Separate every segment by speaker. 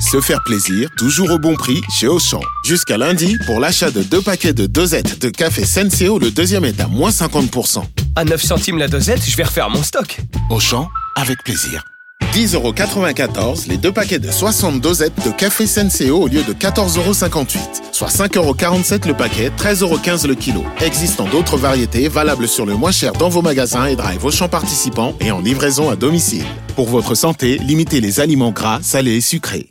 Speaker 1: se faire plaisir, toujours au bon prix chez Auchan. Jusqu'à lundi, pour l'achat de deux paquets de dosettes de café Senseo, le deuxième est à moins 50%.
Speaker 2: À 9 centimes la dosette, je vais refaire mon stock.
Speaker 1: Auchan, avec plaisir. 10,94€ les deux paquets de 60 dosettes de café Senseo au lieu de 14,58€, soit 5,47€ le paquet, 13,15€ le kilo. Existant d'autres variétés valables sur le moins cher dans vos magasins et drive Auchan participants et en livraison à domicile. Pour votre santé, limitez les aliments gras, salés et sucrés.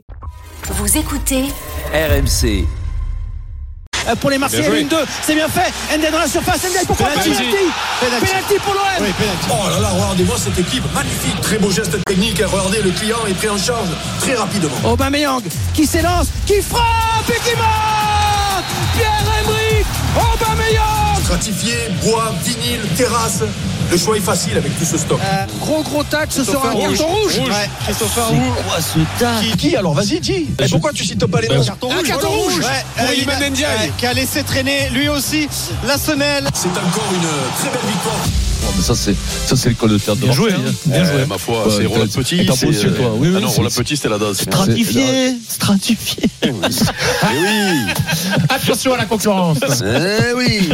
Speaker 3: Vous écoutez
Speaker 4: RMC.
Speaker 5: Euh, pour les Marseillais.
Speaker 6: Bien joué.
Speaker 5: Une, deux, c'est bien fait. Nden dans la surface. Nden, pourquoi pas
Speaker 6: Penalty.
Speaker 5: penalty Penalty pour l'OM.
Speaker 7: Oh là là, regardez-moi cette équipe, magnifique, très beau geste technique. Regardez, le client est pris en charge très rapidement.
Speaker 5: Aubameyang qui s'élance, qui frappe et qui marque. Pierre-Emerick Aubameyang.
Speaker 7: Stratifié, bois, vinyle, terrasse. Le choix est facile avec tout ce stock.
Speaker 5: Euh, gros gros tac, ce sera un
Speaker 6: Rouge.
Speaker 5: carton rouge.
Speaker 6: Rouge.
Speaker 5: Ouais. Christopher
Speaker 4: C'est quoi ce tas
Speaker 7: Qui, qui alors Vas-y, dis. Et pourquoi tu cites pas les noms
Speaker 5: Un carton rouge. euh,
Speaker 6: Pour
Speaker 5: il
Speaker 6: Iman
Speaker 5: a-
Speaker 6: Ndiaye.
Speaker 5: ouais, qui a laissé traîner lui aussi la semelle.
Speaker 7: C'est encore une euh, très belle victoire.
Speaker 4: Oh, mais Ça, c'est ça, c'est le col de terre de
Speaker 8: Bien joué,
Speaker 4: Marseille,
Speaker 8: hein.
Speaker 4: hein.
Speaker 8: bien joué.
Speaker 9: Eh, ma foi,
Speaker 4: Ouais,
Speaker 9: c'est
Speaker 4: t'as-
Speaker 9: Roland
Speaker 4: t'as-
Speaker 9: Petit.
Speaker 4: t'as
Speaker 9: c'est,
Speaker 4: pensé,
Speaker 9: euh,
Speaker 4: toi. Oui, oui,
Speaker 9: ah non,
Speaker 4: c'est-
Speaker 9: Roland Petit, c'était la danse.
Speaker 4: Stratifié, stratifié.
Speaker 9: Eh oui
Speaker 8: Attention à la concurrence.
Speaker 9: Eh oui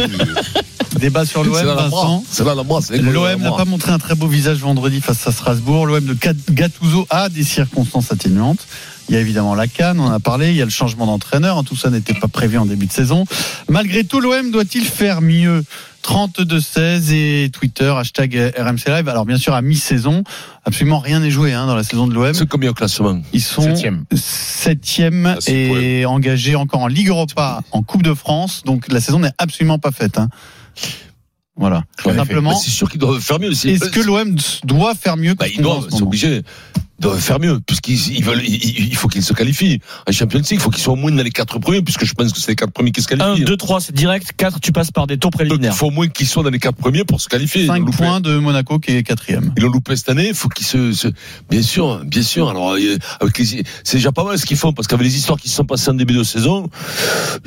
Speaker 8: Débat sur l'OM,
Speaker 9: C'est là la
Speaker 8: Vincent.
Speaker 9: bras. C'est là la bras. c'est l'école de la
Speaker 8: L'OM n'a
Speaker 9: bras.
Speaker 8: pas montré un très beau visage vendredi face à Strasbourg. L'OM de Gat- Gattuso a des circonstances atténuantes. Il y a évidemment la Cannes, on en a parlé. Il y a le changement d'entraîneur. Hein, Tout ça n'était pas prévu en début de saison. Malgré tout, l'OM doit-il faire mieux 32-16 et Twitter, hashtag RMC Live. Alors, bien sûr, à mi-saison, absolument rien n'est joué hein, dans la saison de l'OM.
Speaker 4: C'est combien au classement
Speaker 8: Ils sont
Speaker 10: Septième.
Speaker 8: septième
Speaker 9: Ah, c'est
Speaker 8: et engagés encore en Ligue Europa, en Coupe de France. Donc, la saison n'est absolument pas faite. hein. Voilà.
Speaker 4: Ouais, mais
Speaker 9: Bah,
Speaker 8: Simplement,
Speaker 4: C'est sûr qu'ils doivent faire mieux. c'est-
Speaker 8: est-ce que l'OM doit faire mieux que
Speaker 4: Bah,
Speaker 8: ce
Speaker 4: ils
Speaker 8: qu'on
Speaker 4: doivent,
Speaker 8: voit en ce
Speaker 4: c'est
Speaker 8: moment
Speaker 4: obligé. Ils doivent faire mieux, puisqu'ils ils veulent, ils- ils- il faut qu'ils se qualifient. En Champions League, il faut qu'ils soient au moins dans les quatre premiers, puisque je pense que c'est les quatre premiers qui se
Speaker 10: 1,
Speaker 4: qualifient.
Speaker 10: 2, 3, c'est direct. 4, tu passes par des taux
Speaker 4: Donc, il
Speaker 10: préliminaires.
Speaker 4: faut au moins qu'ils soient dans les quatre premiers pour se qualifier. Ils l'ont
Speaker 8: 5
Speaker 4: loupé.
Speaker 8: points de Monaco qui est quatrième.
Speaker 4: Ils l'ont loupé cette année, il faut qu'ils se, se- Bien sûr, bien sûr. Alors, euh, avec les... c'est déjà pas mal ce qu'ils font, parce qu'avec les histoires qui se sont passées en début de saison,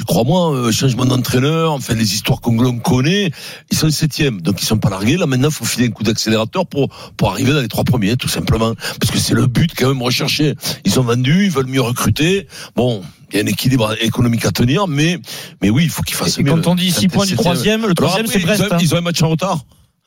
Speaker 4: crois-moi, euh, changement d'entraîneur, enfin, les histoires qu'on l'on connaît, ils sont septièmes, donc ils sont pas largués. Là, maintenant, il faut filer un coup d'accélérateur pour, pour arriver dans les trois premiers, hein, tout simplement. Parce que c'est le but quand même recherché. Ils ont vendu, ils veulent mieux recruter. Bon. Il y a un équilibre économique à tenir, mais, mais oui, il faut qu'ils fassent
Speaker 10: Et
Speaker 4: mieux.
Speaker 10: quand on dit 6 points du
Speaker 4: Septième.
Speaker 10: troisième, le
Speaker 4: Alors
Speaker 10: troisième
Speaker 4: après,
Speaker 10: c'est
Speaker 4: ils
Speaker 10: Brest.
Speaker 4: ont-
Speaker 10: hein.
Speaker 4: Ils ont un match en retard?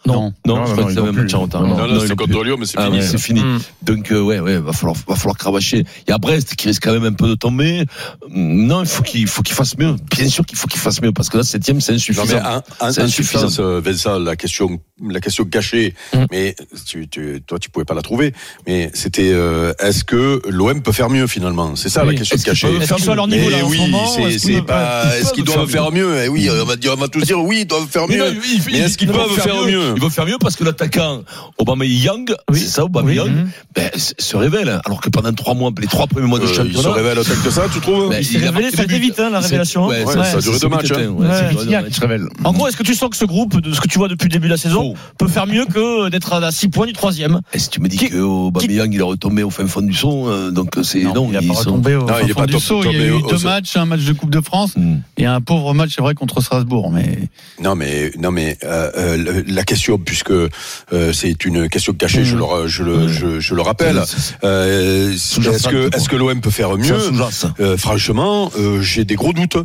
Speaker 8: Non.
Speaker 4: Non,
Speaker 10: Non,
Speaker 4: je
Speaker 10: non, non,
Speaker 4: crois qu'ils
Speaker 10: ils
Speaker 4: avaient
Speaker 10: l'ont
Speaker 4: un match
Speaker 10: plus.
Speaker 4: en retard.
Speaker 10: Non,
Speaker 9: Non,
Speaker 4: Non,
Speaker 9: non,
Speaker 4: ils
Speaker 9: c'est
Speaker 4: l'ont
Speaker 9: contre
Speaker 4: plus.
Speaker 9: Lyon, mais c'est
Speaker 4: Ah
Speaker 9: fini.
Speaker 4: ouais, c'est fini.
Speaker 10: Hmm.
Speaker 4: Donc euh, ouais, ouais, va falloir, va falloir cravacher. Il y a Brest qui risque quand même un peu de tomber. Hmm, Non, il faut qu'il faut qu'il fasse mieux. Bien sûr qu'il faut qu'il fasse mieux parce que là septième c'est
Speaker 9: Non,
Speaker 4: insuffisant.
Speaker 9: mais en, en,
Speaker 4: C'est
Speaker 9: en
Speaker 4: insuffisant.
Speaker 9: substance, euh, Vincent, la question, la question cachée,
Speaker 10: Mm.
Speaker 9: mais tu, tu, toi, tu pouvais pas la trouver. Mais c'était, euh, est-ce que l'OM peut faire mieux finalement C'est ça
Speaker 10: Oui.
Speaker 9: la question
Speaker 4: Est-ce qu'ils
Speaker 9: cachée.
Speaker 4: peuvent
Speaker 10: Est-ce qu'ils sont à leur niveau
Speaker 9: Mais
Speaker 10: là en
Speaker 9: Eh oui,
Speaker 10: ce moment ou
Speaker 9: c'est,
Speaker 10: est-ce
Speaker 9: c'est
Speaker 10: qu'ils-
Speaker 9: pas. Est-ce qu'ils doivent faire mieux Eh oui, on va dire, on va tous dire oui, ils doivent faire
Speaker 4: Mais non,
Speaker 9: mieux.
Speaker 4: il- il-
Speaker 9: Mais est-ce qu'ils
Speaker 4: ils doivent
Speaker 9: peuvent faire mieux
Speaker 4: Ils vont faire mieux parce que l'attaquant Aubameyang,
Speaker 10: Oui.
Speaker 4: c'est ça
Speaker 8: Mmh.
Speaker 4: Aubameyang,
Speaker 10: Oui, mhm.
Speaker 4: ben, se- se révèle. Alors que pendant trois mois, les trois premiers mois de
Speaker 9: Euh, ils se
Speaker 4: championnat,
Speaker 9: révèlent autant que ça, tu trouves
Speaker 4: ben,
Speaker 10: Il s'est
Speaker 4: a
Speaker 10: révélé,
Speaker 4: marqué
Speaker 10: ça a
Speaker 4: des
Speaker 10: été
Speaker 4: buts.
Speaker 10: vite, hein, la
Speaker 4: Il s'est-
Speaker 10: révélation.
Speaker 4: Ouais,
Speaker 10: Ouais.
Speaker 4: ça, ça a
Speaker 10: Ouais.
Speaker 4: duré
Speaker 9: C'est
Speaker 4: deux matchs.
Speaker 9: vite
Speaker 4: hein.
Speaker 9: éteint,
Speaker 4: Ouais,
Speaker 10: ouais.
Speaker 4: ça a duré
Speaker 10: C'est
Speaker 4: deux
Speaker 10: fini.
Speaker 4: matchs, révèle.
Speaker 10: En gros, est-ce que tu sens que ce groupe, de ce que tu vois depuis le début de la saison, peut faire mieux que d'être à 6 points du troisième
Speaker 9: Ah,
Speaker 4: Et Eh, si tu me dis
Speaker 10: Qui-
Speaker 4: que Aubameyang il est retombé au fin fond du son, euh, donc c'est
Speaker 8: Non, il n'a
Speaker 4: ils
Speaker 8: pas
Speaker 4: sont-
Speaker 8: retombé au
Speaker 9: Non, il est
Speaker 8: fin
Speaker 9: pas
Speaker 8: fond du
Speaker 9: top-
Speaker 8: saut.
Speaker 9: top,
Speaker 8: Il y a
Speaker 9: mais
Speaker 8: eu
Speaker 9: au-
Speaker 8: deux
Speaker 9: au-
Speaker 8: matchs, un match de Coupe de France
Speaker 4: Hmm.
Speaker 8: et un pauvre match, c'est vrai, contre Strasbourg. Mais
Speaker 9: Non mais non mais euh, euh, le- la question puisque euh, c'est une question cachée,
Speaker 10: Mm.
Speaker 9: je le je le je, je le rappelle. Euh, est-ce que est-ce que l'OM peut faire
Speaker 4: C'est un
Speaker 9: mieux
Speaker 4: sous-jacent.
Speaker 9: Euh, franchement, euh, j'ai des gros doutes.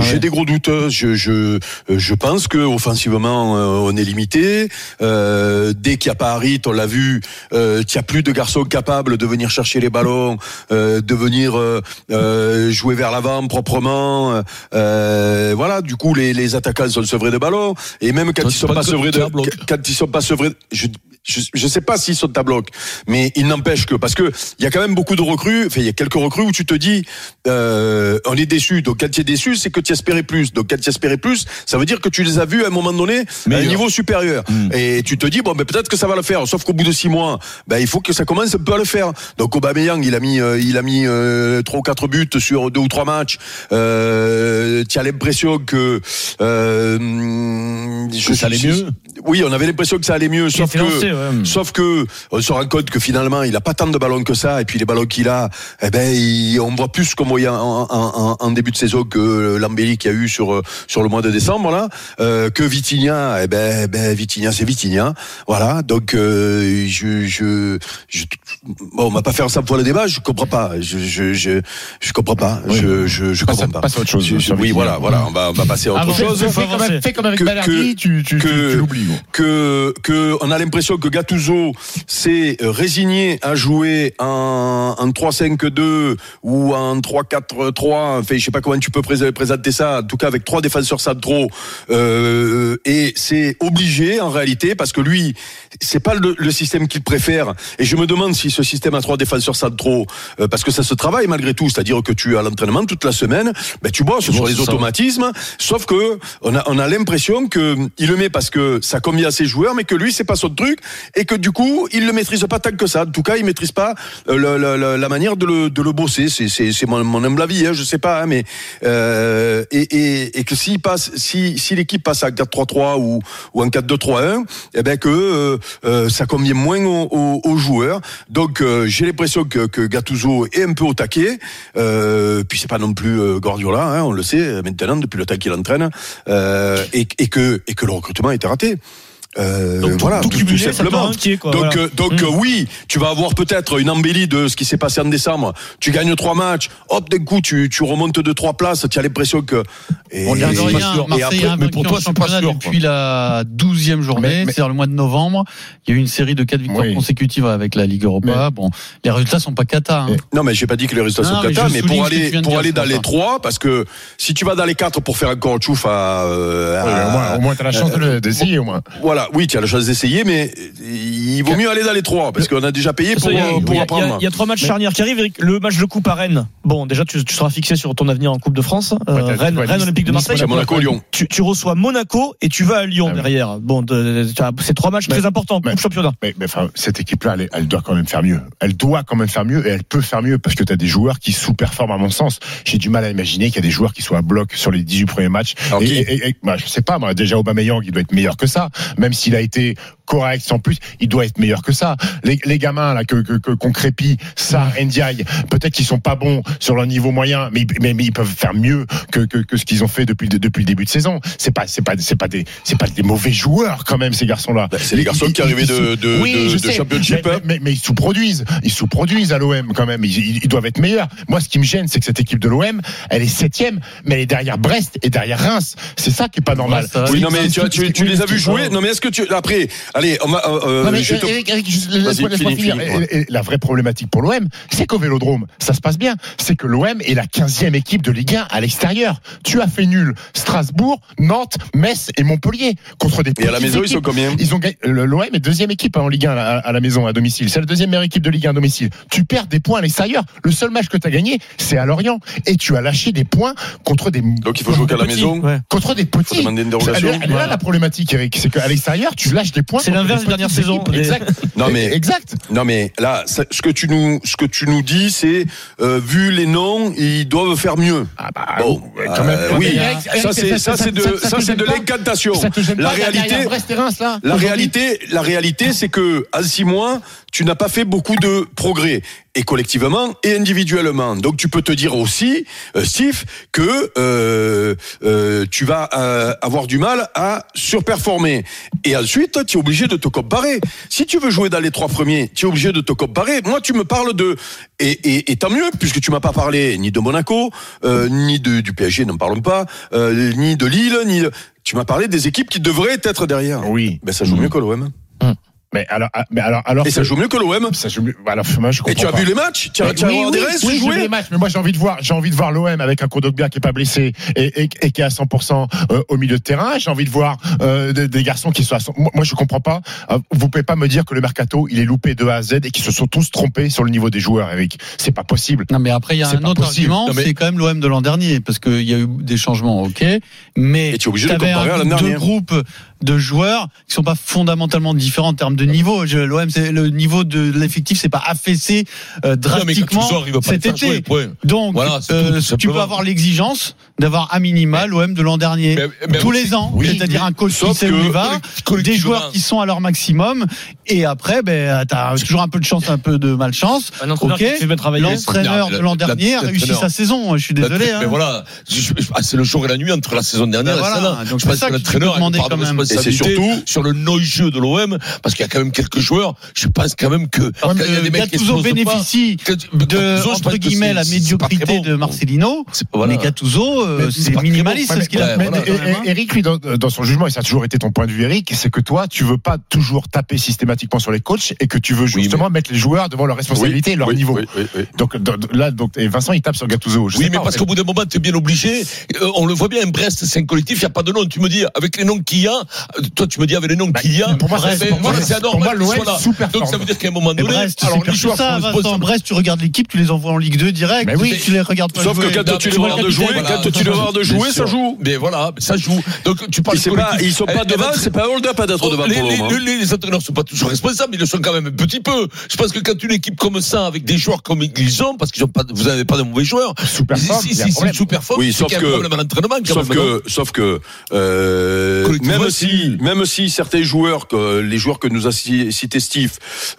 Speaker 9: J'ai des gros doutes. Je je euh, je pense que offensivement euh, on est limité. Euh, dès qu'il y a pas Harit, on l'a vu, euh, qu'il y a plus de garçons capables de venir chercher les ballons, euh, de venir euh, euh, jouer vers l'avant proprement. Euh, voilà, du coup les les attaquants sont sevrés de ballons et même quand
Speaker 4: Toi,
Speaker 9: ils
Speaker 4: tu
Speaker 9: sont pas
Speaker 4: penses que
Speaker 9: sevrés de
Speaker 4: tu as bloc.
Speaker 9: quand ils sont pas sevrés, je, je, je sais pas s'ils sont à bloc, mais il n'empêche que parce que il y a quand même beaucoup de recrues, enfin il y a quelques recrues où tu te dis euh, on est déçu. Donc quand tu es déçu, c'est que tu espérais plus. Donc quand tu espérais plus, ça veut dire que tu les as vus à un moment donné à un
Speaker 4: Meilleur.
Speaker 9: niveau supérieur.
Speaker 4: Mm.
Speaker 9: Et tu te dis bon ben peut-être que ça va le faire. Sauf qu'au bout de six mois, ben il faut que ça commence un peu à le faire. Donc Aubameyang, il a mis euh, il a mis euh, trois ou quatre buts sur deux ou trois matchs. Euh, tu as l'impression que euh,
Speaker 4: Que ça allait mieux
Speaker 9: oui, on avait l'impression que ça allait mieux,
Speaker 10: Il
Speaker 9: sauf
Speaker 10: était
Speaker 9: que
Speaker 10: lancé,
Speaker 11: ouais.
Speaker 9: Sauf que on se rend compte que finalement, il a pas tant de ballons que ça, et puis les ballons qu'il a, eh ben, il- on voit plus ce qu'on voyait en, en- en- en début de saison que l'embellie qu'il y a eu sur euh, sur le mois de décembre là, Euh, que Vitinha, eh ben, eh ben Vitinha, c'est Vitinha, voilà. Donc euh, je, je, je- bon, on va pas faire ça pour le débat, je comprends pas, je je je, je comprends pas, je je, je
Speaker 8: Passe à-
Speaker 9: comprends pas.
Speaker 8: passe à autre chose,
Speaker 9: Je- je-
Speaker 8: sur
Speaker 9: oui, voilà,
Speaker 8: Vitinha.
Speaker 9: voilà, on va on va passer à autre
Speaker 11: Avant-
Speaker 9: chose
Speaker 11: chose, faut
Speaker 8: fais, comme,
Speaker 11: avancer.
Speaker 8: fais comme avec
Speaker 9: Que-
Speaker 8: Balerdi, tu, tu, tu-
Speaker 9: que-
Speaker 8: tu l'oublies. gros.
Speaker 9: que, que on a l'impression que Gattuso s'est euh, résigné à jouer en, en 3-5-2 ou en 3-4-3. Enfin, je sais pas comment tu peux prés- présenter ça. En tout cas, avec trois défenseurs centraux. Euh, et c'est obligé en réalité parce que lui, c'est pas le, le système qu'il préfère. Et je me demande si ce système à trois défenseurs centraux, euh, parce que ça se travaille malgré tout, c'est-à-dire que tu as l'entraînement toute la semaine, ben tu bosses sur
Speaker 4: bosses,
Speaker 9: les
Speaker 4: ça,
Speaker 9: automatismes automatisme, sauf que on a, on a l'impression que il le met parce que ça convient à ses joueurs, mais que lui c'est pas son truc et que du coup il le maîtrise pas tant que ça. En tout cas, il maîtrise pas euh, le- le- le- la manière de le, de le bosser. C'est, c'est, c'est mon, mon humble avis, hein, je sais pas, hein, mais euh, et, et, et que s'il passe, si, si l'équipe passe à 4-3-3 ou, ou en 4-2-3-1, eh ben que euh, euh, ça convient moins aux, aux- aux joueurs. Donc euh, j'ai l'impression que, que Gattuso est un peu au taquet. Euh, puis c'est pas non plus euh, Guardiola, hein, on le sait euh, maintenant depuis le temps qu'il entraîne, euh, et, et que et que le recrutement était raté. Euh,
Speaker 11: Donc, tout-
Speaker 9: voilà,
Speaker 11: tout cumulé, ça te rend inquiet, quoi,
Speaker 9: donc,
Speaker 11: voilà.
Speaker 9: euh, donc
Speaker 11: Mm.
Speaker 9: euh, oui, tu vas avoir peut-être une embellie de ce qui s'est passé en décembre. Tu gagnes trois matchs, hop, d'un coup, tu, tu remontes de trois places, tu as l'impression que. Et,
Speaker 12: On
Speaker 9: et-
Speaker 12: regarde
Speaker 4: c'est pas
Speaker 12: rien,
Speaker 4: sûr.
Speaker 12: Marseille
Speaker 4: Et
Speaker 12: a
Speaker 11: hein,
Speaker 4: après, mais
Speaker 12: vaincu
Speaker 4: pour toi,
Speaker 12: en
Speaker 4: c'est pas
Speaker 12: championnat
Speaker 4: sûr,
Speaker 12: depuis la 12e journée,
Speaker 8: Mais- mais-
Speaker 12: c'est-à-dire le mois de novembre. Il y a eu une série de 4 victoires
Speaker 8: Oui.
Speaker 12: consécutives avec la Ligue Europa. Bon, les résultats sont pas cata. hein.
Speaker 8: Mais-
Speaker 9: Non, mais j'ai pas dit que les résultats
Speaker 12: Non,
Speaker 9: sont
Speaker 12: mais
Speaker 9: cata,
Speaker 12: je
Speaker 9: mais,
Speaker 12: souligne
Speaker 9: pour
Speaker 12: ce que tu
Speaker 9: aller,
Speaker 12: viens de
Speaker 9: pour
Speaker 12: dire,
Speaker 9: aller dans
Speaker 12: c'est
Speaker 9: les
Speaker 12: ça.
Speaker 9: trois, parce que si tu vas dans les quatre pour faire encore Tchouf à, euh,
Speaker 8: Ouais,
Speaker 9: à- euh,
Speaker 8: au moins, au moins, t'as la chance de le- d'essayer, au moins.
Speaker 9: Voilà, oui, tu as la chance d'essayer, mais euh, il vaut mieux aller dans les trois, parce qu'on a déjà payé pour,
Speaker 11: Il y a-
Speaker 9: euh,
Speaker 11: il y
Speaker 9: pour
Speaker 11: a- il y a-
Speaker 9: apprendre.
Speaker 11: il y a trois matchs charnières qui arrivent. Eric. Le match de coupe à Rennes. Bon, déjà, tu, tu seras fixé sur ton avenir en Coupe de France. Euh,
Speaker 8: Ouais, t'as-
Speaker 11: Rennes,
Speaker 8: tu vois,
Speaker 11: Rennes,
Speaker 8: Nice-
Speaker 11: Olympique de
Speaker 8: Nice,
Speaker 11: Marseille.
Speaker 9: C'est Monaco, Lyon.
Speaker 11: Tu, tu reçois Monaco et tu vas à Lyon
Speaker 8: Ah oui.
Speaker 11: derrière. Bon, de- de- tu as- c'est trois matchs
Speaker 8: Mais-
Speaker 11: très importants.
Speaker 8: mais-
Speaker 11: Coupe championnat.
Speaker 8: Mais, mais enfin, cette équipe-là, elle, elle doit quand même faire mieux. Elle doit quand même faire mieux et elle peut faire mieux parce que tu as des joueurs qui sous-performent à mon sens. J'ai du mal à imaginer qu'il y a des joueurs qui soient à bloc sur les 18 premiers matchs.
Speaker 9: Alors,
Speaker 8: et,
Speaker 9: qui
Speaker 8: et- et- et- bah, je sais pas, moi, déjà Aubameyang, il doit être meilleur que ça. Même s'il a été correct sans plus, il doit être meilleur que ça. Les, les gamins là que que- que- qu'on crépit, ça, Ndiaye, peut-être qu'ils sont pas bons sur leur niveau moyen, mais, ils- mais, mais ils peuvent faire mieux que, que, que ce qu'ils ont fait depuis, depuis le début de saison. C'est pas c'est pas c'est pas des c'est pas des mauvais joueurs quand même ces garçons-là.
Speaker 9: Bah, c'est les
Speaker 8: Ils-
Speaker 9: garçons
Speaker 8: ils-
Speaker 9: qui arrivaient
Speaker 8: ils-
Speaker 9: de- de- de-
Speaker 8: je
Speaker 9: de
Speaker 8: sais.
Speaker 9: Championship,
Speaker 8: Mais,
Speaker 9: hein.
Speaker 8: mais, mais ils sous-produisent. Ils sous-produisent à l'OM quand même. Ils, ils- ils doivent être meilleurs. Moi, ce qui me gêne, c'est que cette équipe de l'OM, elle est septième, mais elle est derrière Brest et derrière Reims. C'est ça qui est pas normal.
Speaker 12: Ouais, ça va.
Speaker 9: Oui,
Speaker 8: C'est-
Speaker 9: non, mais
Speaker 8: c'est-
Speaker 9: tu,
Speaker 8: c'est-
Speaker 9: tu- tu
Speaker 8: oui,
Speaker 9: les as
Speaker 8: c'est-
Speaker 9: vus jouer. Non, mais est-ce que tu. Après, allez, on va. euh, euh,
Speaker 8: non, mais
Speaker 9: je te-
Speaker 8: Eric, Eric, juste
Speaker 9: Vas-y,
Speaker 8: laisse-moi laisse-moi
Speaker 9: finis,
Speaker 8: finir.
Speaker 9: finis, ouais.
Speaker 8: Et- et La vraie problématique pour l'OM, c'est qu'au Vélodrome, ça se passe bien. C'est que l'OM est la 15e équipe de Ligue 1 à l'extérieur. Tu as fait nul Strasbourg, Nantes, Metz et Montpellier contre des
Speaker 9: Et à la
Speaker 8: petites
Speaker 9: maison, ils
Speaker 8: équipes.
Speaker 9: sont combien
Speaker 8: Ils ont gagné. le- L'OM est deuxième équipe hein, en Ligue 1 à, à la maison, à domicile. C'est la deuxième meilleure équipe de Ligue 1 à domicile. Tu perds des points à l'extérieur. Le seul match que tu as gagné, c'est à Lorient. Et tu as lâché des points contre des.
Speaker 9: Donc il faut jouer qu'à la maison.
Speaker 11: Ouais.
Speaker 8: Contre des petits.
Speaker 9: Faut demander une dérogation.
Speaker 8: Elle est- elle est là la problématique, Eric. C'est qu'à l'extérieur, tu lâches des points.
Speaker 11: C'est
Speaker 8: contre
Speaker 11: l'inverse
Speaker 8: des
Speaker 11: des dernières
Speaker 8: petites
Speaker 11: saisons.
Speaker 8: équipes. Exact.
Speaker 9: Non, mais-
Speaker 8: Exact.
Speaker 9: Non mais là, ça- ce que tu nous, ce que tu nous dis, c'est euh, vu les noms, ils doivent faire mieux.
Speaker 8: Ah bah,
Speaker 9: Bon,
Speaker 8: ouais, quand même.
Speaker 9: euh,
Speaker 8: Ouais,
Speaker 9: oui.
Speaker 8: mais Eric, Eric,
Speaker 9: Ça, c'est- ça, c'est de-
Speaker 8: te
Speaker 9: ça, c'est
Speaker 8: gêne
Speaker 9: de
Speaker 8: pas
Speaker 9: l'incantation.
Speaker 8: Ça te gêne
Speaker 9: La
Speaker 8: pas, derrière
Speaker 9: réalité-
Speaker 8: Brest et Reims, là,
Speaker 9: La
Speaker 8: aujourd'hui
Speaker 9: réalité, la réalité, c'est que en six mois, tu n'as pas fait beaucoup de progrès, et collectivement et individuellement. Donc tu peux te dire aussi, euh, Steve, que euh, euh, tu vas euh, avoir du mal à surperformer. Et ensuite, tu es obligé de te comparer. Si tu veux jouer dans les trois premiers, tu es obligé de te comparer. Moi, tu me parles de et, et, et tant mieux puisque tu m'as pas parlé ni de Monaco, euh, ni de, du PSG, n'en parlons pas, euh, ni de Lille, ni de- tu m'as parlé des équipes qui devraient être derrière.
Speaker 8: Oui.
Speaker 9: Ben, ça joue mieux que l'OM.
Speaker 8: Mais alors, ah, mais alors, alors.
Speaker 9: Et ça
Speaker 8: que-
Speaker 9: joue mieux que l'OM.
Speaker 8: Ça joue mieux. Alors, moi, je
Speaker 9: Et tu as
Speaker 8: comprends pas.
Speaker 9: vu les matchs Tu as, tu as
Speaker 8: oui,
Speaker 9: regardé
Speaker 8: oui,
Speaker 9: Reims
Speaker 8: oui, j'ai vu
Speaker 9: jouer
Speaker 8: les matchs, mais moi j'ai envie de voir, j'ai envie de voir l'OM avec un Kondogbia qui est pas blessé et, et- et qui est à 100% euh, au milieu de terrain. J'ai envie de voir euh, des, des garçons qui sont à 100%. Moi, moi, je comprends pas. Euh, Vous pouvez pas me dire que le mercato il est loupé de A à Z et qu'ils se sont tous trompés sur le niveau des joueurs, Eric. C'est pas possible.
Speaker 12: Non mais après il y a
Speaker 8: C'est
Speaker 12: un
Speaker 8: pas
Speaker 12: autre
Speaker 8: possible.
Speaker 12: argument,
Speaker 8: Non, mais-
Speaker 12: c'est quand même l'OM de l'an dernier parce qu'il y a eu des changements, ok, mais
Speaker 9: Et tu es obligé de
Speaker 12: t'avais
Speaker 9: comparer à
Speaker 12: un
Speaker 9: l'an
Speaker 12: deux
Speaker 9: dernier.
Speaker 12: groupes de joueurs qui sont pas fondamentalement différents en termes de
Speaker 8: de niveau. Je- L'OM, c'est le niveau de l'effectif, c'est pas affaissé euh, drastiquement
Speaker 4: sors, il va pas
Speaker 8: cet
Speaker 4: les faire jouer,
Speaker 8: été.
Speaker 4: le problème.
Speaker 8: Donc,
Speaker 4: Voilà, c'est tout,
Speaker 8: euh,
Speaker 4: tout
Speaker 8: tu peux
Speaker 4: simplement.
Speaker 8: avoir l'exigence d'avoir à minima l'OM de l'an dernier,
Speaker 4: Mais- mais
Speaker 8: tous
Speaker 4: aussi-
Speaker 8: les ans,
Speaker 4: oui,
Speaker 8: c'est-à-dire
Speaker 4: mais-
Speaker 8: un coach qui
Speaker 4: sauf
Speaker 8: sait
Speaker 4: que
Speaker 8: où il va, des
Speaker 4: collectivement-
Speaker 8: joueurs qui sont à leur maximum, et après, ben, t'as toujours un peu de chance, un peu de malchance.
Speaker 10: Un entraîneur
Speaker 8: Ok.
Speaker 10: qui te fait bien travailler.
Speaker 8: L'entraîneur de l'an
Speaker 4: La- la-
Speaker 8: dernier a réussi
Speaker 4: l'entraîneur.
Speaker 8: sa saison. Je suis désolé.
Speaker 4: Mais
Speaker 8: hein.
Speaker 4: voilà, je- je- ah, c'est le jour et la nuit entre la saison dernière
Speaker 8: Ben
Speaker 4: et
Speaker 8: voilà,
Speaker 4: celle-là.
Speaker 8: donc
Speaker 4: Je
Speaker 8: c'est
Speaker 4: pense
Speaker 8: ça
Speaker 4: que
Speaker 8: qu'il faut
Speaker 4: l'entraîneur a une
Speaker 8: demander
Speaker 4: part de
Speaker 8: quand même.
Speaker 4: responsabilité
Speaker 9: Et c'est surtout-
Speaker 4: sur le non-jeu de l'OM, parce qu'il y a quand même quelques joueurs, je pense quand même que.
Speaker 8: Quand euh,
Speaker 4: quand il y a des mecs qui
Speaker 8: Gattuso
Speaker 4: explosent pas,
Speaker 8: bénéficie
Speaker 4: que-
Speaker 8: de
Speaker 4: Gattuso, je pense
Speaker 8: entre
Speaker 4: que
Speaker 8: guillemets
Speaker 4: c'est-
Speaker 8: la
Speaker 4: c'est pas très
Speaker 8: médiocrité
Speaker 4: bon.
Speaker 8: de Marcelino.
Speaker 4: C'est- voilà.
Speaker 8: Mais Gattuso, euh,
Speaker 4: Mais c'est
Speaker 8: c'est
Speaker 4: pas très
Speaker 8: minimaliste
Speaker 4: bon.
Speaker 8: ce qu'il a
Speaker 4: Ouais,
Speaker 8: fait.
Speaker 4: voilà.
Speaker 8: quand
Speaker 6: Mais-
Speaker 8: même, hein.
Speaker 6: et- et- Eric, lui, dans, dans son jugement, et ça a toujours été ton point de vue, Eric, c'est que toi, tu veux pas toujours taper systématiquement sur les coachs et que tu veux justement mettre les joueurs devant leurs responsabilités et leur
Speaker 9: oui,
Speaker 6: niveau.
Speaker 9: oui, oui, oui.
Speaker 6: Donc dans- là, donc et Vincent, il tape sur Gattuso. Je
Speaker 4: Oui,
Speaker 6: sais
Speaker 4: mais
Speaker 6: pas, en
Speaker 4: parce
Speaker 6: fait.
Speaker 4: qu'au bout d'un moment, tu es bien obligé. Euh, on le voit bien, Brest, c'est un collectif, il n'y a pas de nom. Tu me dis, avec les noms qu'il y a, euh, toi, tu me dis, avec les noms qu'il y a,
Speaker 6: Bah, pour moi,
Speaker 4: Brest,
Speaker 6: c'est-
Speaker 4: ben,
Speaker 6: pour moi,
Speaker 4: voilà, c'est
Speaker 6: c'est- pour moi,
Speaker 4: anormal qu'ils
Speaker 6: l'OM
Speaker 4: soient là.
Speaker 6: sous-performe.
Speaker 4: Donc, ça veut dire qu'à un moment
Speaker 8: Et
Speaker 4: donné,
Speaker 8: Brest, c'est
Speaker 4: alors, les
Speaker 8: pire que
Speaker 4: joueurs
Speaker 8: ça,
Speaker 4: sont
Speaker 8: Vincent.
Speaker 4: responsables.
Speaker 8: Brest, tu regardes l'équipe, tu les envoies en Ligue 2 direct.
Speaker 6: Mais oui.
Speaker 8: tu- Tu les regardes pas
Speaker 9: Sauf que
Speaker 8: jouer.
Speaker 9: quand tu les
Speaker 4: vois
Speaker 9: vois de jouer, quand tu les vois de jouer, ça joue.
Speaker 4: Mais voilà, ça joue. Donc, tu parles
Speaker 9: Ils sont
Speaker 4: collectif.
Speaker 9: pas- ils sont
Speaker 4: Et-
Speaker 9: pas
Speaker 4: et
Speaker 9: devant,
Speaker 4: l'entra-
Speaker 9: c'est pas hold-up à
Speaker 8: Oh,
Speaker 9: d'être devant
Speaker 4: les,
Speaker 9: pour hein. le
Speaker 4: les-
Speaker 9: moment.
Speaker 4: les- les entraîneurs sont pas toujours responsables, mais ils le sont quand même un petit peu. Je pense que quand une équipe comme ça, avec des joueurs comme ils ont, parce qu'ils ont pas, vous n'avez pas de mauvais joueurs,
Speaker 6: Sous-performe,
Speaker 4: si,
Speaker 6: il y a un
Speaker 4: si, si,
Speaker 6: problème.
Speaker 4: super fort,
Speaker 9: Oui, sauf que-
Speaker 4: problème à l'entraînement, quand
Speaker 9: Sauf
Speaker 4: même, non
Speaker 9: que, sauf que, euh,
Speaker 4: Collectivement,
Speaker 9: même
Speaker 4: c'est
Speaker 9: si,
Speaker 4: nul.
Speaker 9: même si certains joueurs, que, les joueurs que nous a ci- cités Steve,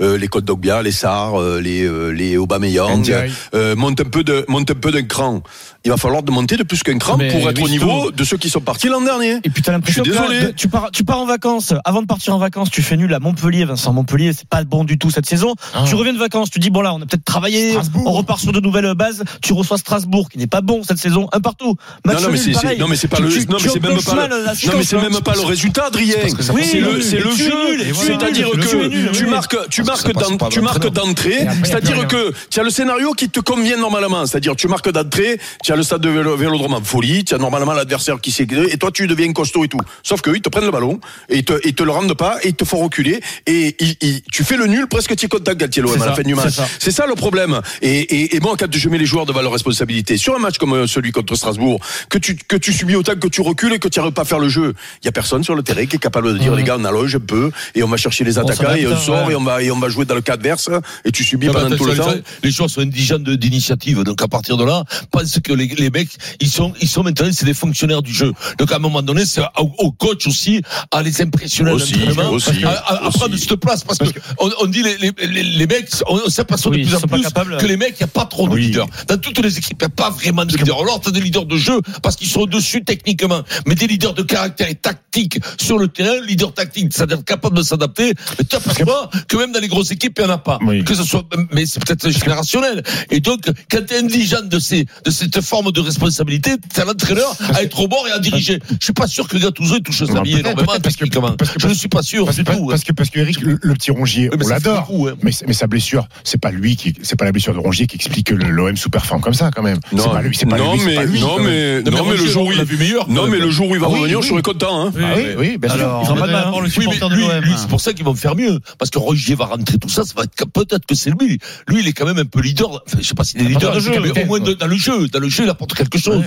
Speaker 9: euh, les Côte d'Ogbia, les Sar, euh, les, euh, les Aubameyang,
Speaker 6: Ndiaye.
Speaker 9: euh, montent un peu de, montent un peu d'un cran. Il va falloir de monter de plus qu'un cran
Speaker 10: Mais
Speaker 9: pour être au
Speaker 10: Risto-
Speaker 9: niveau de ceux qui sont partis l'an dernier.
Speaker 10: Et puis t'as l'impression
Speaker 9: Je
Speaker 10: que
Speaker 9: suis
Speaker 10: là,
Speaker 9: désolé.
Speaker 10: de- tu pars, tu pars en vacances. Avant de partir en vacances, tu fais nul à Montpellier, Vincent. Montpellier, c'est pas bon du tout cette saison. Tu reviens de vacances, tu dis bon là, on a peut-être travaillé,
Speaker 6: Ah. Strasbourg.
Speaker 10: on repart sur de nouvelles bases. Tu reçois Strasbourg, qui n'est pas bon cette saison, un partout. Match
Speaker 9: Non, non, mais
Speaker 10: nul,
Speaker 9: c'est-
Speaker 10: pareil.
Speaker 9: c'est- non, mais c'est pas
Speaker 10: Tu-
Speaker 9: le,
Speaker 10: tu-
Speaker 9: non,
Speaker 10: tu
Speaker 9: mais c'est même
Speaker 10: enclenches
Speaker 9: pas,
Speaker 10: mal
Speaker 9: le-
Speaker 10: la
Speaker 9: non, mais
Speaker 10: séquence,
Speaker 9: c'est
Speaker 10: hein.
Speaker 9: même pas le résultat, Adrien.
Speaker 10: Oui,
Speaker 9: C'est le, c'est le
Speaker 10: tu es nul,
Speaker 9: jeu.
Speaker 10: et voilà.
Speaker 9: C'est-à-dire
Speaker 10: Tu es nul,
Speaker 9: que
Speaker 10: tu
Speaker 9: tu
Speaker 10: es
Speaker 9: marques, tu
Speaker 4: Parce que
Speaker 9: marques,
Speaker 4: ça passe
Speaker 9: d'en-
Speaker 4: par
Speaker 9: tu marques
Speaker 4: l'entraîneur.
Speaker 9: d'entrée. C'est-à-dire que tu as le scénario qui te convient normalement. C'est-à-dire tu marques d'entrée, tu as le stade de vélo- vélodrome en folie, tu as normalement l'adversaire qui s'est et toi tu deviens costaud et tout. Sauf que eux, ils te prennent le ballon et ils te, ils te le rendent pas et ils te font reculer et ils- ils- tu fais le nul presque tu es contact Galtier l'OM à la fin du match. C'est ça le problème. Et, et, et moi quand je mets les joueurs devant leur responsabilité sur un match comme euh, celui contre Strasbourg que tu que tu subis autant que tu recules et que tu n'arrives pas à faire le jeu, il y a personne sur le terrain qui est capable de dire les gars on allonge un peu et on va chercher les attaquants et on
Speaker 10: s'adapte,
Speaker 9: sort
Speaker 10: ouais.
Speaker 9: et on va et on va jouer dans le cas adverse et tu subis
Speaker 4: Non, mais
Speaker 9: pendant tout le
Speaker 4: attention,
Speaker 9: temps.
Speaker 4: les, les joueurs sont indigents de- d'initiative. Donc à partir de là, pense que les, les mecs, ils sont, ils sont maintenant, c'est des fonctionnaires du jeu. Donc à un moment donné, c'est au, au coach aussi à les impressionner à
Speaker 9: Aussi,
Speaker 4: l'entraînement,
Speaker 9: aussi,
Speaker 4: à, à- à
Speaker 9: aussi.
Speaker 4: prendre cette place parce, que, on, on dit les, les, les, les mecs, on, on s'aperçoit
Speaker 10: Oui,
Speaker 4: de plus
Speaker 10: ils
Speaker 4: en
Speaker 10: sont pas
Speaker 4: plus
Speaker 10: capables.
Speaker 4: que les mecs, il n'y a pas trop de
Speaker 6: Oui.
Speaker 4: leaders. Dans toutes les équipes, il n'y a pas vraiment de leaders. Alors t'as des leaders de jeu parce qu'ils sont au-dessus techniquement, mais des leaders de caractère et tactique sur le terrain, leader tactique, c'est-à-dire capable de s'adapter. Mais tu aperçois que même dans les grosses équipes, il n'y en a pas
Speaker 6: Oui.
Speaker 4: que ce soit, mais c'est peut-être générationnel. Et donc, quand t'es indigent de ces, de cette forme de responsabilité, t'as l'entraîneur à être au bord et à diriger. Je suis pas sûr que Gattuso il touche sa
Speaker 6: Non,
Speaker 4: vie
Speaker 6: peut-être,
Speaker 4: énormément
Speaker 6: peut-être, parce que-
Speaker 4: techniquement.
Speaker 6: parce que-
Speaker 4: Je ne suis pas sûr
Speaker 6: Parce,
Speaker 4: du
Speaker 6: parce-
Speaker 4: tout. hein.
Speaker 6: parce que parce que Eric, le, le petit Rongier,
Speaker 4: Oui, mais
Speaker 6: on
Speaker 4: ça fait
Speaker 6: l'adore,
Speaker 4: beaucoup, hein.
Speaker 6: mais, c'est- mais sa blessure, c'est pas lui qui, c'est pas la blessure de Rongier qui explique que le- l'OM sous-performe comme ça quand même. c'est pas lui, c'est pas
Speaker 9: non,
Speaker 6: lui, c'est
Speaker 9: mais,
Speaker 6: pas lui,
Speaker 9: non,
Speaker 6: quand même.
Speaker 9: mais, Euh, non, mais le jour où il, non, mais le jour où il va revenir, je serai content, hein.
Speaker 6: Ah oui, oui, bien sûr.
Speaker 8: Alors,
Speaker 10: Ils ont pas de mal, hein.
Speaker 8: pour le
Speaker 4: Oui, mais
Speaker 8: supporter de hein.
Speaker 4: lui,
Speaker 8: l'OM.
Speaker 4: lui, c'est pour ça qu'ils vont faire mieux. Parce que Rogier va rentrer, tout ça, ça va être, peut-être que c'est lui. Lui, il est quand même un peu leader. Enfin, je sais pas s'il est leader,
Speaker 10: de jeu,
Speaker 4: mais au
Speaker 10: peut-être.
Speaker 4: moins de- dans le jeu. Dans le jeu, il apporte quelque chose.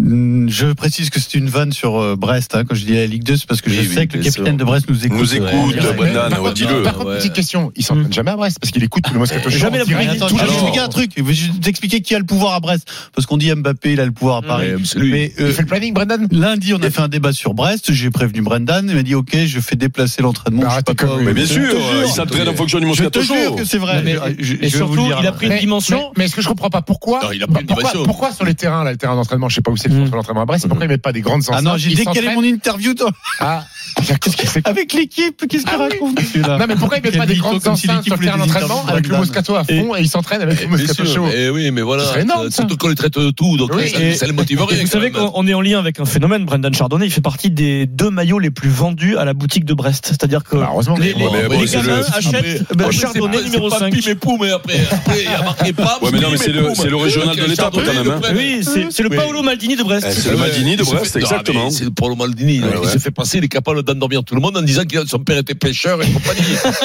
Speaker 8: Hum, Je précise que c'est une vanne sur euh, Brest. hein. Quand je dis la Ligue 2, c'est parce que je
Speaker 4: Oui,
Speaker 8: sais
Speaker 4: oui,
Speaker 8: que le
Speaker 4: bien
Speaker 8: capitaine de Brest nous écoute.
Speaker 9: Nous écoute,
Speaker 6: Mais- mais-
Speaker 9: Brendan,
Speaker 6: par contre,
Speaker 9: dis-le.
Speaker 6: Par contre,
Speaker 4: Ouais.
Speaker 6: petite question, il s'entraîne jamais à Brest parce qu'il écoute tout le Moscato Show.
Speaker 10: Jamais
Speaker 6: en
Speaker 10: la
Speaker 8: Mais
Speaker 6: direct.
Speaker 8: attends,
Speaker 10: Tout
Speaker 8: je vais
Speaker 10: le
Speaker 8: vous
Speaker 10: temps.
Speaker 8: expliquer un truc. Je vais t'expliquer qui a le pouvoir à Brest. Parce qu'on dit Mbappé, il a le pouvoir à Paris.
Speaker 4: Ouais, c'est lui.
Speaker 8: Mais euh,
Speaker 6: Il fait le planning, Brendan
Speaker 8: lundi, on a fait un débat sur Brest. J'ai prévenu Brendan. Il m'a dit OK, je fais déplacer l'entraînement.
Speaker 6: Bah,
Speaker 8: je sais pas
Speaker 6: arrêtez
Speaker 8: quoi.
Speaker 6: comme-
Speaker 9: Mais bien
Speaker 8: Je te
Speaker 9: sûr, euh,
Speaker 8: jure.
Speaker 9: il s'entraîne en fonction du
Speaker 8: Je
Speaker 9: Moscato
Speaker 8: te jure
Speaker 9: Show.
Speaker 8: que c'est vrai.
Speaker 10: Mais-
Speaker 8: Je- je-
Speaker 10: et
Speaker 8: je vais vous le
Speaker 10: surtout,
Speaker 8: dire. euh,
Speaker 10: il a pris une dimension.
Speaker 6: Mais, mais est-ce que je comprends pas pourquoi
Speaker 4: Non, il a pas une
Speaker 6: pourquoi,
Speaker 4: dimension.
Speaker 6: pourquoi sur les terrains, là, les terrains d'entraînement, je sais pas où c'est le
Speaker 10: Mm.
Speaker 6: centre d'entraînement à Brest, pourquoi ils mettent pas des grandes enceintes
Speaker 8: Ah non, j'ai
Speaker 6: ils
Speaker 8: décalé
Speaker 6: s'entraînent
Speaker 8: mon interview dans-
Speaker 6: à- Qu'est-ce qu'il fait
Speaker 8: avec l'équipe. Qu'est-ce que
Speaker 6: Ah oui.
Speaker 8: raconte celui-là
Speaker 6: Non, mais pourquoi ils mettent pas des grandes
Speaker 8: Comme si
Speaker 6: enceintes
Speaker 8: l'équipe
Speaker 6: sur le terrain
Speaker 8: voulait des
Speaker 6: d'entraînement
Speaker 8: interviews
Speaker 6: avec le
Speaker 8: Brendan.
Speaker 6: Moscato à fond et ils s'entraînent avec le
Speaker 4: Eh, bien
Speaker 6: Moscato
Speaker 4: sûr.
Speaker 6: Show
Speaker 4: Eh oui, mais voilà.
Speaker 6: Ce serait énorme, ça.
Speaker 4: Surtout qu'on les traite de tout, donc
Speaker 6: Oui,
Speaker 4: ça,
Speaker 6: et-
Speaker 4: ça les motive rien.
Speaker 10: Et vous
Speaker 4: quand
Speaker 10: savez
Speaker 4: même.
Speaker 10: qu'on on est en lien avec un phénomène, Brendan Chardonnay, il fait partie des deux maillots les plus vendus à la boutique de Brest. C'est-à-dire que
Speaker 6: Bah, heureusement.
Speaker 10: les,
Speaker 6: mais-
Speaker 10: les-
Speaker 9: Ouais, mais
Speaker 10: les
Speaker 9: bon, c'est
Speaker 10: gamins
Speaker 9: le-
Speaker 10: achètent
Speaker 4: Après,
Speaker 10: bah,
Speaker 4: après,
Speaker 10: Chardonnay
Speaker 4: c'est pas-
Speaker 10: numéro
Speaker 4: c'est pas
Speaker 10: 5.
Speaker 4: Pim et Poum, mais après, après, il a marqué pas.
Speaker 9: Ouais, mais non, mais c'est le- c'est le régional de l'État, quand même, hein.
Speaker 10: Oui,
Speaker 6: euh,
Speaker 10: c'est c'est le
Speaker 4: Oui.
Speaker 10: Paolo Maldini de Brest.
Speaker 9: Eh, c'est le Maldini de Brest, exactement.
Speaker 4: C'est pour le Maldini.
Speaker 9: Ouais,
Speaker 4: Il
Speaker 9: ouais.
Speaker 4: se fait passer, il est capable d'endormir tout le monde en disant que son père était pêcheur et compagnie.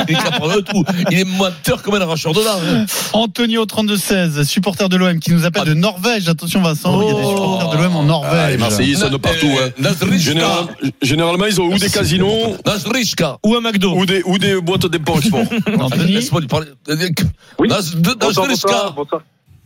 Speaker 4: Il est capable de tout. Il est menteur comme un arracheur de dents.
Speaker 8: Antonio 32-16, supporter de l'OM, qui nous
Speaker 10: Ah.
Speaker 8: appelle de Norvège. Attention Vincent, il y a des
Speaker 4: Oh.
Speaker 8: supporters de l'OM en
Speaker 9: Ah, les
Speaker 8: Norvège.
Speaker 9: Marseillais, ils sont de partout, hein.
Speaker 4: euh, Nazrishka.
Speaker 9: Général- généralement, ils ont ou des casinos,
Speaker 4: Nazrishka.
Speaker 10: Ou un McDo.
Speaker 9: Ou des, ou des boîtes d'éponge sport.
Speaker 10: Anthony
Speaker 4: Laisse-moi lui parler. Euh,
Speaker 11: Oui.
Speaker 4: Dans- dans- dans
Speaker 11: Bonsoir,
Speaker 4: les
Speaker 11: bonsoir,
Speaker 4: cas.
Speaker 11: bonsoir.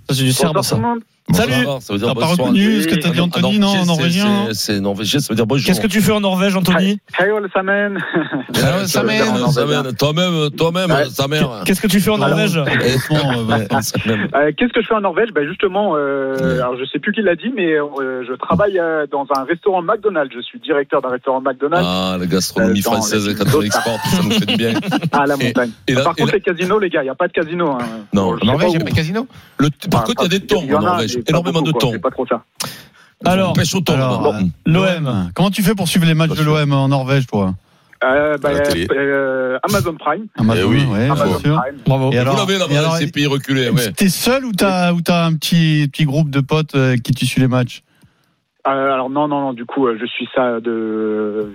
Speaker 10: Ça, c'est du serbe,
Speaker 11: Bonsoir tout
Speaker 10: ça.
Speaker 11: le monde.
Speaker 10: Salut.
Speaker 4: Bonsoir, Ah, ça veut dire
Speaker 8: T'as pas
Speaker 4: bonsoir.
Speaker 8: reconnu ce que t'as dit,
Speaker 4: En
Speaker 8: Anthony, non, en
Speaker 4: c'est-
Speaker 8: norvégien
Speaker 4: c'est- C'est norvégien, ça veut dire bonjour.
Speaker 10: Qu'est-ce que tu fais en Norvège, Anthony
Speaker 11: Kajol Samen.
Speaker 4: Ouais, Ah, ça mène,
Speaker 11: en
Speaker 4: ça
Speaker 11: norvégien.
Speaker 4: mène. Toi-même, toi-même,
Speaker 11: Ouais.
Speaker 4: sa
Speaker 8: Ah.
Speaker 4: mère.
Speaker 10: Qu'est-ce que tu fais en Norvège
Speaker 4: Et-
Speaker 8: Franchement, euh, ouais.
Speaker 4: Ça mène.
Speaker 11: Euh, Qu'est-ce que je fais en Norvège ben Justement, euh, alors je sais plus qui l'a dit, mais euh, je travaille euh, dans un restaurant McDonald's. Je suis directeur d'un restaurant McDonald's
Speaker 4: Ah, la gastronomie
Speaker 11: Euh, dans
Speaker 4: française,
Speaker 11: les-
Speaker 4: quand on l'exporte, ça nous fait du bien.
Speaker 11: à Ah, la montagne.
Speaker 4: Et là-
Speaker 11: Par
Speaker 4: et
Speaker 11: contre,
Speaker 4: là-
Speaker 11: les casinos, les gars, il n'y a pas de casino. hein.
Speaker 4: Non,
Speaker 11: Je sais
Speaker 6: En Norvège,
Speaker 11: pas
Speaker 6: il n'y
Speaker 11: où.
Speaker 6: a pas de casino
Speaker 4: le- Par
Speaker 11: Enfin,
Speaker 4: contre, il y a des
Speaker 11: il y
Speaker 4: thons en
Speaker 11: a,
Speaker 4: Norvège,
Speaker 11: mais pas
Speaker 4: énormément de
Speaker 11: beaucoup, hein. quoi.
Speaker 4: thons.
Speaker 11: C'est pas trop ça.
Speaker 4: On
Speaker 10: Alors,
Speaker 4: pêche au thon.
Speaker 8: alors, euh,
Speaker 4: là-bas. hein.
Speaker 10: l'OM.
Speaker 8: Comment tu fais pour suivre les matchs de l'OM en Norvège, toi
Speaker 11: Euh, ben,
Speaker 9: À la télé.
Speaker 11: euh, Amazon Prime.
Speaker 8: Amazon,
Speaker 9: oui,
Speaker 8: ouais,
Speaker 11: Amazon
Speaker 8: bien sûr.
Speaker 11: Prime.
Speaker 10: Bravo.
Speaker 8: Et
Speaker 4: Vous
Speaker 8: alors-
Speaker 4: l'avez
Speaker 8: et
Speaker 4: là-bas,
Speaker 8: alors-
Speaker 4: dans ces pays reculés, ouais.
Speaker 8: T'es seul ou t'as ou t'as un petit petit groupe de potes euh, qui t'y suit les matchs
Speaker 11: Euh, alors non, non, non. Du coup, euh, je suis ça de.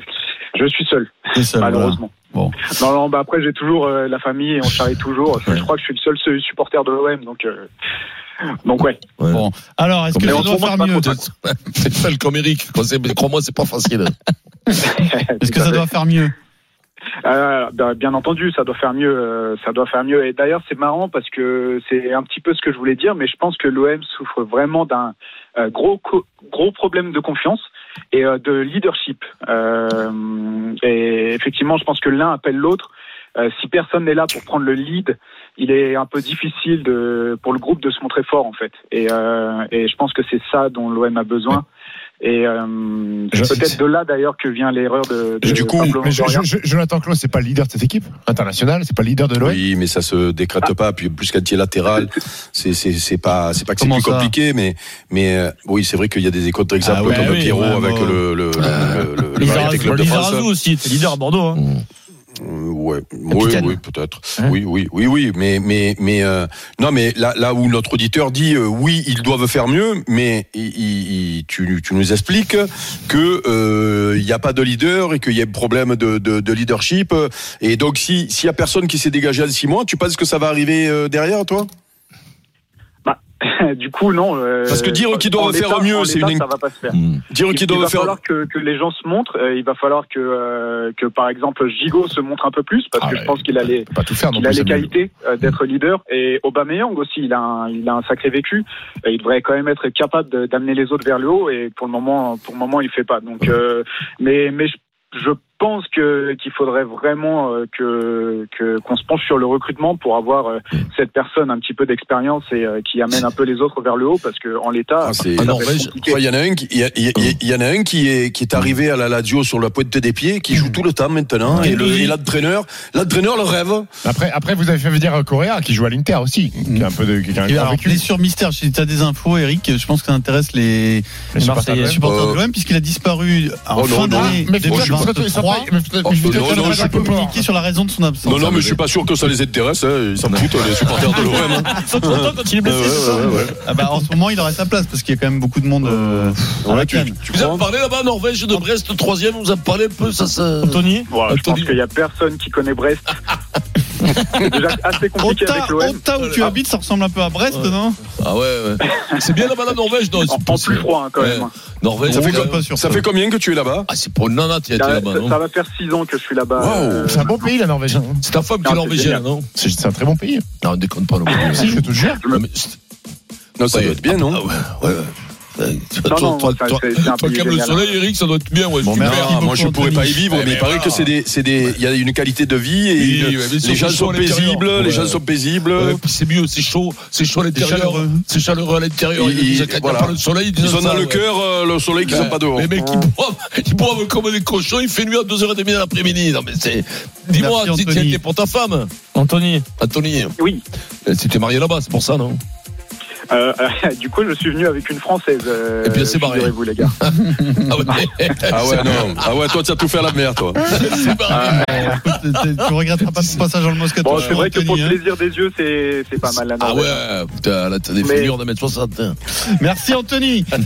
Speaker 11: Je suis seul,
Speaker 8: T'es seul. voilà.
Speaker 11: malheureusement.
Speaker 8: Bon.
Speaker 11: Non, non, bah après j'ai toujours euh, la famille et on charrie toujours. Je crois que je suis le seul supporter de l'OM, donc euh, donc ouais.
Speaker 4: Ouais.
Speaker 8: Bon. Alors, est-ce que
Speaker 11: Mais
Speaker 8: je
Speaker 11: on
Speaker 8: dois
Speaker 11: se remonte
Speaker 8: faire
Speaker 11: pas
Speaker 8: mieux
Speaker 11: trop,
Speaker 4: C'est seul comme Eric. Quand c'est- Crois-moi, c'est pas facile.
Speaker 8: Est-ce que ça doit faire mieux
Speaker 11: Euh, ben, bien entendu, ça doit faire mieux, euh, ça doit faire mieux. Et d'ailleurs, c'est marrant parce que c'est un petit peu ce que je voulais dire, mais je pense que l'OM souffre vraiment d'un euh, gros co- gros problème de confiance et euh, de leadership. Euh, et effectivement, je pense que l'un appelle l'autre. Euh, si personne n'est là pour prendre le lead, il est un peu difficile de, pour le groupe de se montrer fort en fait. Et, euh, et je pense que c'est ça dont l'OM a besoin. Et euh,
Speaker 6: Je-
Speaker 11: c'est peut-être de là d'ailleurs que vient l'erreur de, de
Speaker 6: Et du coup,
Speaker 11: Pablo
Speaker 6: mais je-
Speaker 11: Longoria.
Speaker 6: je- je- Jonathan Klaus, c'est pas le leader de cette équipe internationale, c'est pas le leader de l'OM.
Speaker 9: Oui, mais ça se décrète pas. Puis plus qu'anti latéral, c'est c'est c'est pas c'est pas que c'est
Speaker 8: Comment
Speaker 9: plus
Speaker 8: ça
Speaker 9: compliqué, mais mais euh, oui, c'est vrai qu'il y a des contre-exemples
Speaker 8: Ah ouais,
Speaker 9: comme
Speaker 8: oui,
Speaker 9: Pierrot
Speaker 8: ouais,
Speaker 9: avec
Speaker 8: ouais.
Speaker 9: le le, le, le, le variété club de France.
Speaker 10: Lizarazu aussi, t'es leader à Bordeaux. hein.
Speaker 4: Hmm.
Speaker 9: Euh, ouais, oui,
Speaker 10: Capitaine.
Speaker 9: oui, peut-être. Oui, oui, oui, oui, mais mais mais euh, non, mais là là où notre auditeur dit euh, oui, ils doivent faire mieux, mais il, il- il- tu tu nous expliques que euh, il n'y a pas de leader et qu'il y a un problème de, de de leadership et donc si s'il y a personne qui s'est dégagé en six mois, tu penses que ça va arriver euh, derrière toi
Speaker 11: du coup, non. euh,
Speaker 9: Parce que dire qu'ils doivent
Speaker 11: en
Speaker 9: faire
Speaker 11: l'état-
Speaker 9: mieux,
Speaker 11: en
Speaker 9: c'est
Speaker 11: l'état,
Speaker 9: une-
Speaker 11: Ça va pas se faire.
Speaker 4: Hmm.
Speaker 9: Dire qu'ils
Speaker 11: il va
Speaker 9: doivent faire
Speaker 11: falloir que, que les gens se montrent. euh, il va falloir que, euh, que par exemple, Gigot se montre un peu plus parce
Speaker 6: Ah
Speaker 11: que
Speaker 6: ouais.
Speaker 11: je pense qu'il a les,
Speaker 6: Faut Pas tout faire non
Speaker 11: il a
Speaker 6: plus.
Speaker 11: les
Speaker 6: Samuel.
Speaker 11: qualités euh, d'être leader. Et Aubameyang aussi, il a un, il a un sacré vécu. Et il devrait quand même être capable de- d'amener les autres vers le haut. Et pour le moment, pour le moment, il fait pas. Donc, euh, mais, mais je, je pense que qu'il faudrait vraiment euh, que que- qu'on se penche sur le recrutement pour avoir euh, cette personne un petit peu d'expérience et euh, qui amène un peu les autres vers le haut parce que en l'état,
Speaker 9: Ah, c'est-
Speaker 11: ça
Speaker 4: En
Speaker 11: va être
Speaker 4: Norvège,
Speaker 11: compliqué.
Speaker 9: Il y en a un qui, il y a- il y a- il y en a un qui est, qui est arrivé à la Lazio sur la pointe des pieds, qui joue tout le temps maintenant, et le- et l'entraîneur, l'entraîneur le rêve.
Speaker 6: Après, après, vous avez fait venir euh, Correa qui joue à l'Inter aussi, qui a un peu de, qui a un
Speaker 8: Et
Speaker 6: grand
Speaker 8: alors,
Speaker 6: vécu.
Speaker 8: blessure mystère, si t'as des infos, Eric, je pense que ça intéresse les,
Speaker 6: Les supporters
Speaker 8: les
Speaker 6: de l'OM.
Speaker 8: supporters de
Speaker 9: Euh,
Speaker 8: l'OM, puisqu'il a disparu en
Speaker 9: Oh, non,
Speaker 8: fin
Speaker 9: non.
Speaker 8: d'année
Speaker 6: Mais faut- je peux- je peux-
Speaker 8: 2023.
Speaker 6: mais faut-
Speaker 9: Oh,
Speaker 6: je peux-
Speaker 9: non,
Speaker 6: je peux-
Speaker 9: non,
Speaker 6: je
Speaker 9: je
Speaker 6: peux-
Speaker 9: peux
Speaker 6: pas.
Speaker 8: Communiqué sur la raison de son absence.
Speaker 9: Non, non, mais je suis pas sûr que ça les intéresse, hein, ils s'en foutent, les supporters de l'OM. hein.
Speaker 10: Ils sont contents quand il est blessé,
Speaker 9: Ouais,
Speaker 10: c'est ça
Speaker 9: ouais, ouais, ouais.
Speaker 8: Ah bah, en ce moment, il aurait sa place parce qu'il y a quand même beaucoup de monde euh, à la
Speaker 9: Ouais, tu-
Speaker 8: canne.
Speaker 9: tu
Speaker 4: Vous
Speaker 9: crois
Speaker 4: avez parlé là-bas, Norvège, de Brest, troisième, vous avez parlé un peu, ça, ça.
Speaker 10: Anthony
Speaker 11: Voilà, je pense
Speaker 4: Anthony.
Speaker 11: qu'il n'y a personne qui connaît Brest. C'est déjà assez compliqué
Speaker 8: Onta,
Speaker 11: avec l'OM.
Speaker 8: Onta où tu habites, ça ressemble un peu à Brest,
Speaker 4: Ouais.
Speaker 8: non
Speaker 4: Ah ouais, ouais. C'est bien là-bas, la Norvège, non
Speaker 11: En, en plus froid hein, quand
Speaker 4: Ouais.
Speaker 11: même. hein.
Speaker 4: Norvège,
Speaker 8: On
Speaker 9: fait
Speaker 8: est
Speaker 9: quoi
Speaker 8: pas sûr.
Speaker 9: Ça fait combien que tu es là-bas
Speaker 4: Ah, c'est pour une nana, t'y as été
Speaker 11: Ça,
Speaker 4: là-bas,
Speaker 11: ça
Speaker 4: non
Speaker 11: va faire six ans que je suis là-bas.
Speaker 9: Waouh,
Speaker 11: Euh,
Speaker 6: C'est un bon pays la Norvège. hein.
Speaker 4: C'est ta femme qui est
Speaker 11: Non, c'est
Speaker 4: norvégienne,
Speaker 11: génial.
Speaker 4: non
Speaker 6: C'est c'est un très bon pays.
Speaker 4: Non, déconne pas, non.
Speaker 6: Si, je te jure.
Speaker 4: Non, mais c'est-
Speaker 9: Non, ça
Speaker 4: ouais.
Speaker 9: doit être bien,
Speaker 4: Ah
Speaker 9: non
Speaker 4: ouais, ouais, ouais. Euh, Toi,
Speaker 11: non,
Speaker 4: toi,
Speaker 11: ça,
Speaker 4: toi,
Speaker 11: c'est- c'est un
Speaker 4: toi
Speaker 11: pays
Speaker 4: qui aimes le
Speaker 11: génial.
Speaker 4: soleil, Eric, ça doit être bien, ouais.
Speaker 8: Bon,
Speaker 4: super.
Speaker 8: merci.
Speaker 9: Ah, moi je
Speaker 8: beaucoup,
Speaker 9: pourrais pas y
Speaker 8: Anthony.
Speaker 9: vivre,
Speaker 4: Ouais,
Speaker 9: mais il
Speaker 4: mais
Speaker 9: paraît
Speaker 4: Eh ben voilà.
Speaker 9: que c'est des, c'est des, il y a une qualité de vie et
Speaker 4: Oui,
Speaker 9: une-
Speaker 4: ouais, mais c'est
Speaker 9: les gens
Speaker 4: chaud
Speaker 9: sont
Speaker 4: à l'intérieur.
Speaker 9: paisibles, les
Speaker 4: Ouais.
Speaker 9: gens sont paisibles.
Speaker 4: Ouais, puis c'est mieux, c'est chaud, c'est chaud à l'intérieur,
Speaker 8: chaleureux.
Speaker 4: c'est chaleureux à l'intérieur.
Speaker 9: Ils-
Speaker 4: Il y a
Speaker 9: ils-
Speaker 4: déjà
Speaker 9: voilà.
Speaker 4: pas le soleil,
Speaker 9: Ils
Speaker 4: déjà
Speaker 9: ont dans
Speaker 4: ça,
Speaker 9: le
Speaker 4: ouais.
Speaker 9: cœur euh, le soleil qu'ils
Speaker 4: Ouais.
Speaker 9: ont pas dehors.
Speaker 4: Les mecs, ils boivent, ils boivent comme des cochons, il fait nuit à 2h30 de l'après-midi. Non, mais c'est. Dis-moi,
Speaker 8: Merci,
Speaker 4: si tu
Speaker 8: Anthony.
Speaker 4: étais pour ta femme,
Speaker 10: Anthony.
Speaker 4: Anthony,
Speaker 11: Oui.
Speaker 4: euh, si tu es marié là-bas, c'est pour ça, non
Speaker 11: Euh, euh, du coup, je suis venu avec une française. euh,
Speaker 4: Et puis elle s'est barrée.
Speaker 11: figurez-vous, les gars. Hmm.
Speaker 4: Ah ouais,
Speaker 9: Ah ouais, Ah, non. Ah ouais, toi, tu as tout fait à la mer, toi.
Speaker 4: c'est marié.
Speaker 8: Bah, Écoute, t'es- tu regretteras pas ton passage dans le Moscato.
Speaker 11: Bon, c'est vrai que pour le
Speaker 8: Anthony, hein.
Speaker 11: plaisir des yeux, c'est c'est pas mal la
Speaker 4: Ah
Speaker 11: Norvège.
Speaker 4: ouais, putain, là, t'as des
Speaker 11: Mais-
Speaker 4: figures d'un mètre 60.
Speaker 8: hein. Merci Anthony.